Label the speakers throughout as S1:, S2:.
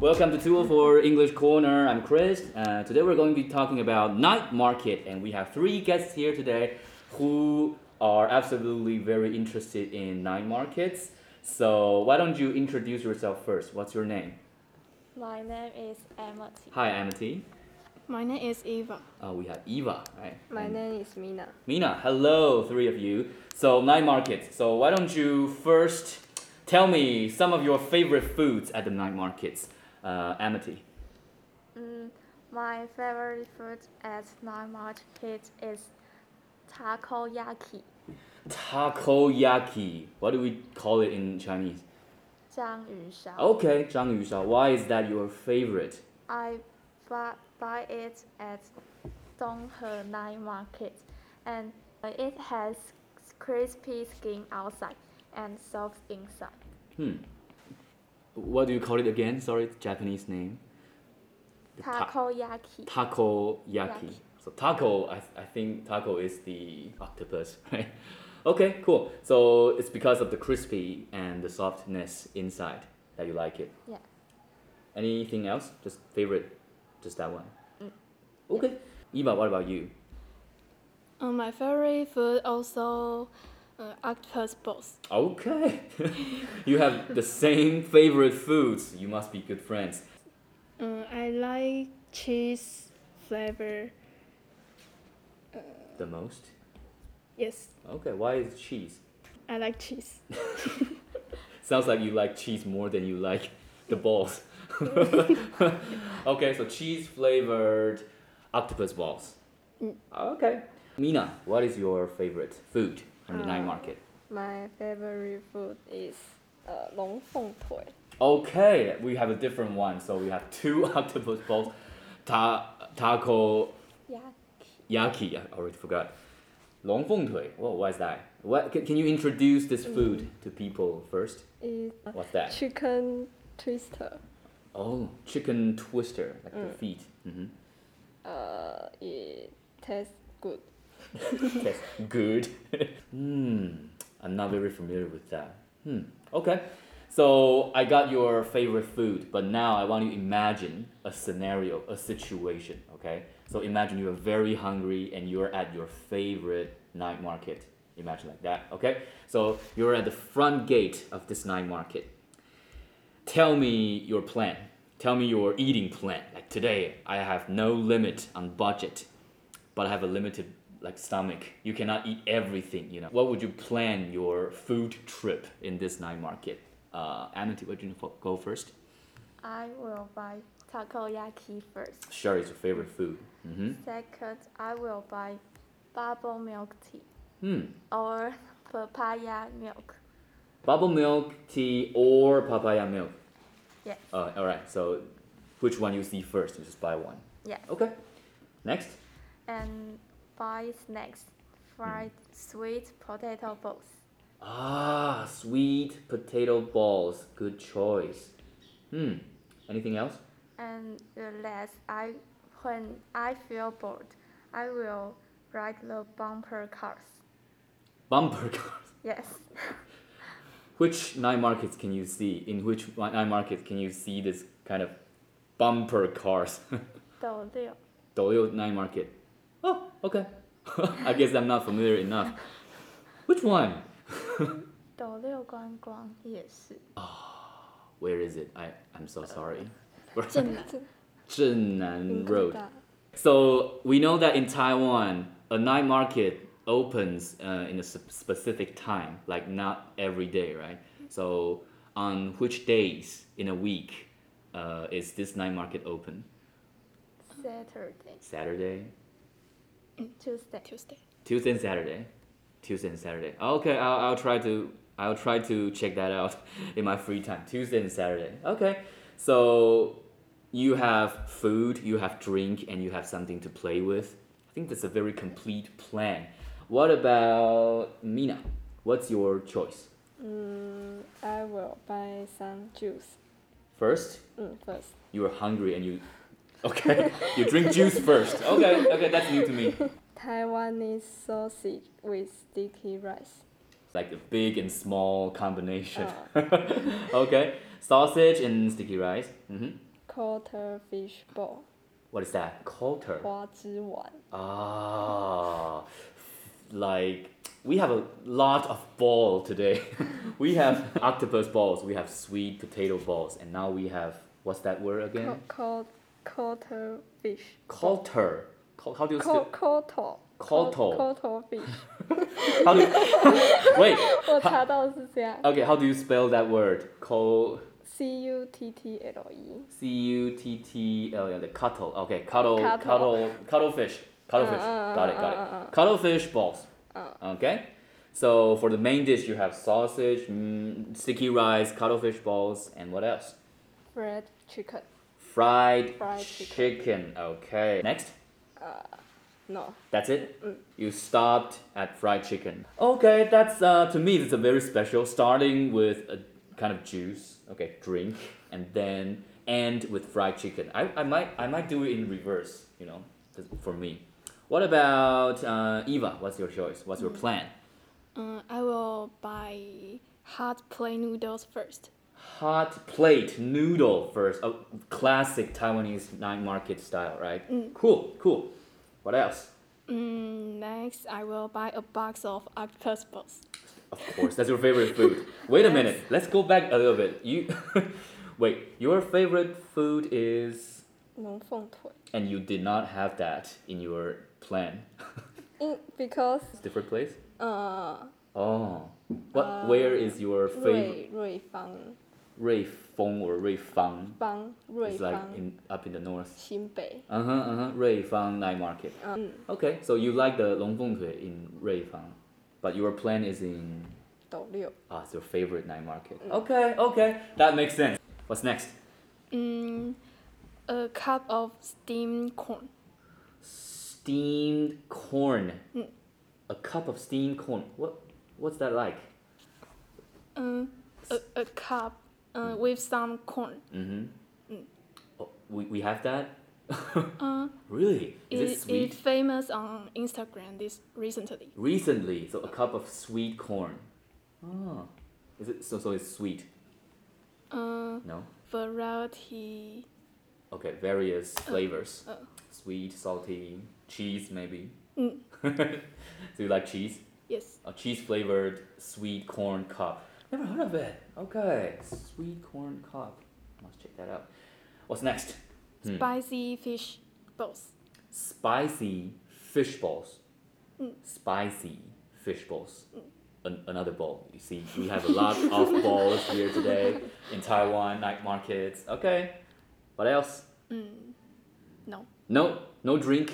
S1: Welcome to 204 English Corner. I'm Chris. Uh, today we're going to be talking about night market, and we have three guests here today who are absolutely very interested in night markets. So why don't you introduce yourself first? What's your name?
S2: My name is Amity.
S1: Hi, Amity.
S3: My name is Eva.
S1: Uh, we have Eva, right?
S4: My name is Mina.
S1: Mina, hello, three of you. So night markets. So why don't you first tell me some of your favorite foods at the night markets, uh, Amity?
S2: Mm, my favorite food at night market is takoyaki,
S1: Takoyaki. What do we call it in Chinese?
S2: 章鱼烧.
S1: Okay, 章鱼烧. Why is that your favorite?
S2: I buy, buy it at Donghe night market, and it has crispy skin outside and soft inside.
S1: Hmm. What do you call it again? Sorry, it's Japanese name. Ta-
S2: Takoyaki.
S1: takoyaki.
S2: Yaki.
S1: So taco, I, I think taco is the octopus, right? Okay, cool. So it's because of the crispy and the softness inside that you like it.
S2: Yeah.
S1: Anything else? Just favorite, just that one.
S2: Mm.
S1: Okay. Eva, what about you?
S3: Uh, my favorite food also uh, octopus balls.
S1: Okay. you have the same favorite foods. You must be good friends.
S3: Uh, I like cheese flavor. Uh,
S1: The most?
S3: Yes,
S1: Okay, why is cheese?
S3: I like cheese.
S1: Sounds like you like cheese more than you like the balls. okay, so cheese flavored octopus balls.
S3: Mm.
S1: Okay. Mina, what is your favorite food from the night
S4: Uh,
S1: market?
S4: My favorite food is uh, 龙凤腿.
S1: Okay, we have a different one. So we have two octopus balls, ta- taco
S2: Yaki.
S1: Yaki, I already forgot. Longfengtui. Well, what's that? What can, can you introduce this food to people first?
S4: It's uh,
S1: What's that?
S4: chicken twister.
S1: Oh, chicken twister, like the
S4: Mm.
S1: feet. hmm
S4: Uh, it tastes good.
S1: That's good. hmm, I'm not very familiar with that. Hmm. Okay, so I got your favorite food, but now I want you to imagine a scenario, a situation. Okay, so imagine you are very hungry and you're at your favorite night market. Imagine like that. Okay, so you're at the front gate of this night market. Tell me your plan. Tell me your eating plan. Like today, I have no limit on budget but I have a limited like stomach. You cannot eat everything, you know. What would you plan your food trip in this night market? Uh, Amity, would you fo- go first?
S2: I will buy takoyaki first.
S1: Sure, it's your favorite food. Mm-hmm.
S2: Second, I will buy bubble milk tea
S1: Hmm.
S2: or papaya milk.
S1: Bubble milk tea or papaya milk.
S2: Yes.
S1: Uh, all right. So, which one you see first? You just buy one.
S2: Yeah.
S1: Okay. Next.
S2: And buy snacks, fried sweet potato balls.
S1: Ah, sweet potato balls. Good choice. Hmm. Anything else?
S2: And the last, I when I feel bored, I will ride the bumper cars.
S1: Bumper cars.
S2: Yes.
S1: which night markets can you see? In which night market can you see this kind of bumper cars?
S2: 斗六.
S1: Doyo night market. Oh, okay. I guess I'm not familiar enough. Which one?
S2: 斗六观光夜市.
S1: Where is it? I I'm so sorry.
S3: 正南
S1: Zhennan Road.
S4: Yungkada.
S1: So we know that in Taiwan, a night market opens uh, in a sp- specific time, like not every day, right? So on which days in a week uh, is this night market open?
S2: Saturday,
S1: Saturday,
S2: Tuesday.
S3: Tuesday.
S1: Tuesday and Saturday. Tuesday and Saturday. Oh, Okay, I'll, I'll try to I'll try to check that out in my free time. Tuesday and Saturday. Okay, so you have food, you have drink, and you have something to play with. I think that's a very complete plan. What about Mina? What's your choice?
S4: Mm, I will buy some juice
S1: First,
S4: mm, first.
S1: you are hungry and you okay. you drink juice first. Okay, okay, that's new to me.
S4: Taiwanese sausage with sticky rice.
S1: It's like a big and small combination.
S4: Uh,
S1: Oh. okay, sausage and sticky rice. hmm
S4: quarter fish ball.
S1: What is that? Coulter.
S4: 花枝丸.
S1: Ah, like we have a lot of ball today. we have octopus balls, we have sweet potato balls, and now we have what's that word again?
S4: Called quarter fish.
S1: Coulter. Cul- How do you
S4: Call
S1: spell?
S4: quarter.
S1: Quarter.
S4: Quarter fish.
S1: How do wait?
S4: 我查到是这样
S1: Okay, how do you spell that word? Col
S4: ，C U T T L E。
S1: C U T T L yeah, the cuttle. Okay, cuttle,
S4: Cuttle.
S1: cuttle, cuttlefish, cuttlefish.
S4: Uh, uh,
S1: got it, got
S4: uh, uh, Oh. uh.
S1: it. Cuttlefish balls. Okay. So for the main dish, you have sausage, mm, sticky rice, cuttlefish balls, and what else?
S4: Fried chicken.
S1: Fried,
S4: Fried Uh,
S1: chicken. Okay. Next.
S4: No. Mm.
S1: That's it? You stopped at fried chicken. Okay, that's uh, to me, it's a very special, starting with a kind of juice, okay, drink, and then end with fried chicken. I, I, might, I might do it in reverse, you know, 'cause- for me. What about uh, Eva? What's your choice? What's your
S4: Mm.
S1: plan?
S3: Uh, I will buy hot plain noodles first.
S1: Hot plate noodle first, a classic Taiwanese night market style, right?
S4: Mm.
S1: Cool, cool. What else?
S3: Mm, next, I will buy a box of octopus balls.
S1: Of course, that's your favorite food. Wait a minute, let's go back a little bit. You, wait, your favorite food is,
S4: 龙凤腿。
S1: and you did not have that in your plan.
S4: In because
S1: It's different place.
S4: 呃，
S1: Oh, what? where is your
S4: 瑞
S1: favorite
S4: 瑞芳
S1: Ruifeng or Ruifang?
S4: 芳瑞
S1: It's like
S4: 芳
S1: in up in the north.
S4: 新北。
S1: Uh huh. Uh huh. Ruifang night market.
S4: 嗯，
S1: Okay, so you like the Longfengtui in Ruifang, but your plan is in
S4: 斗六
S1: ah, it's your favorite night market. Okay, okay, that makes sense. What's next?
S3: Mm, a cup of steamed corn.
S1: steamed corn.
S3: Mm.
S1: A cup of steamed corn. What? What's that like?
S3: Mm, a, a cup
S1: Hmm.
S3: uh, with some corn.
S1: Mm-hmm.
S3: Mm.
S1: Oh, we, we have that.
S3: Uh,
S1: really? Is it,
S3: it,
S1: sweet?
S3: it's famous on Instagram this recently.
S1: Recently, so a cup of sweet corn. Oh. Is it so? So it's sweet.
S3: Uh,
S1: No.
S3: variety.
S1: Okay. Various flavors.
S3: oh.
S1: Sweet, salty, cheese maybe.
S3: Mm.
S1: Do you like cheese?
S3: Yes.
S1: a cheese flavored sweet corn cup. Never heard of it. Okay, sweet corn cup. Must check that out. What's next? Hmm.
S3: Spicy fish balls.
S1: Spicy fish balls.
S3: Mm.
S1: Spicy fish balls. An- another ball. You see, we have a lot of balls here today in Taiwan night markets. Okay, what else?
S3: Mm, no.
S1: No, no drink.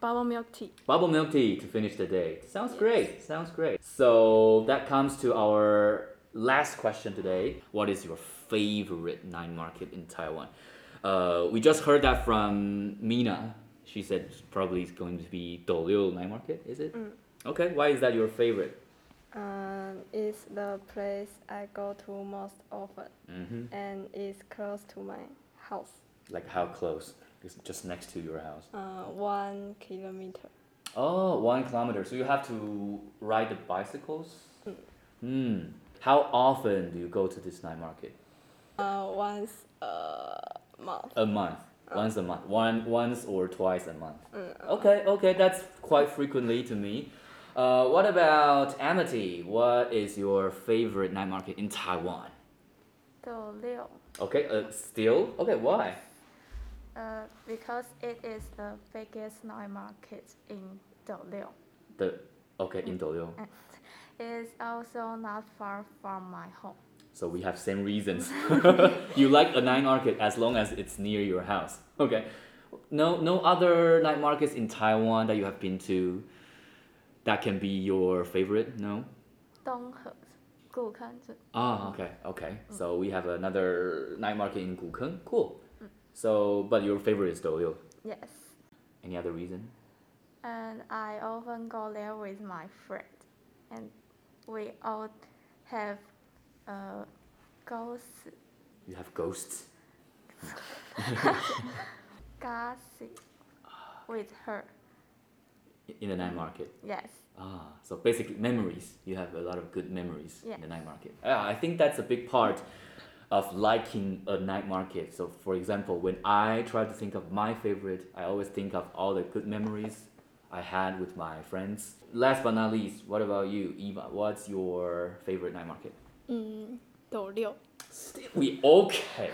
S3: Bubble milk tea.
S1: Bubble milk tea to finish the day. Sounds great. Sounds great. So that comes to our last question today. What is your favorite night market in Taiwan? Uh, we just heard that from Mina. She said it's probably it's going to be Douliu night market. Is it? Okay. Why is that your favorite?
S4: um, is the place I go to most often
S1: hmm
S4: and is close to my house.
S1: Like how close? It's just next to your house.
S4: Uh, one kilometer.
S1: Oh, one kilometer. So you have to ride the bicycles.
S4: Mm.
S1: Hmm. How often do you go to this night market?
S4: Uh, once uh month. Uh.
S1: A month. Once a month. One once or twice a month.
S4: Mm, uh-huh.
S1: Okay, okay, that's quite frequently to me. Uh, what about Amity? What is your favorite night market in Taiwan?
S2: 斗六
S1: Okay, uh, still? Okay, why?
S2: Uh, because it is the biggest night market in Douliu.
S1: The okay in Douliu.
S2: And It is also not far from my home.
S1: So we have same reasons. you like a night market as long as it's near your house. Okay. No no other night markets in Taiwan that you have been to that can be your favorite? No?
S2: 东河古坑村
S1: Ah, okay, okay. So we have another night market in Gukeng. Cool. So, but your favorite is Douliu.
S2: yes.
S1: Any other reason?
S2: And I often go there with my friend. And we all have uh, ghost
S1: You have ghosts.
S2: gossip with her.
S1: i- In the night market.
S2: Yes.
S1: Ah, so basically memories. You have a lot of good memories in
S2: Yes.
S1: Ah, the night market. Yeah, I think that's a big part of liking a night market. So, for example, when I try to think of my favorite, I always think of all the good memories I had with my friends. Last but not least, what about you, Eva? What's your favorite night market?
S3: 嗯，斗六。
S1: We okay.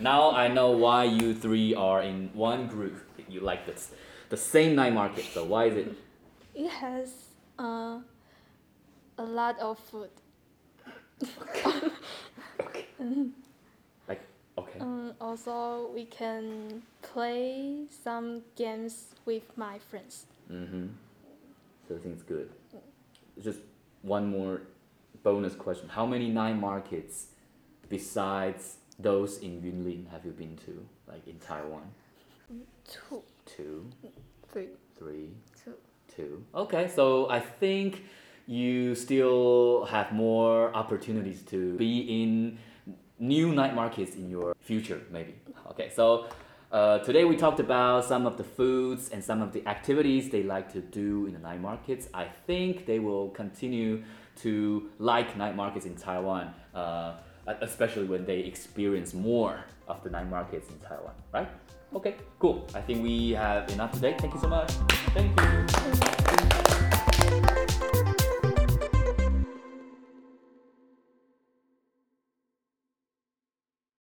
S1: Now I know why you three are in one group. You like this, the same night market. So why is it?
S3: It has uh, a lot of food.
S1: Okay.
S3: Um, also, we can play some games with my friends.
S1: Mm-hmm. So I think it's good. Just one more bonus question. How many night markets besides those in Yunlin have you been to? Like in Taiwan?
S3: Two,
S1: Two,
S4: three.
S1: three,
S2: Two.
S1: two. Okay, so I think you still have more opportunities to be in new night markets in your future, maybe. Okay, so uh, today we talked about some of the foods and some of the activities they like to do in the night markets. I think they will continue to like night markets in Taiwan, uh, especially when they experience more of the night markets in Taiwan, right? Okay, cool. I think we have enough today. Thank you so much. Thank you.
S3: three.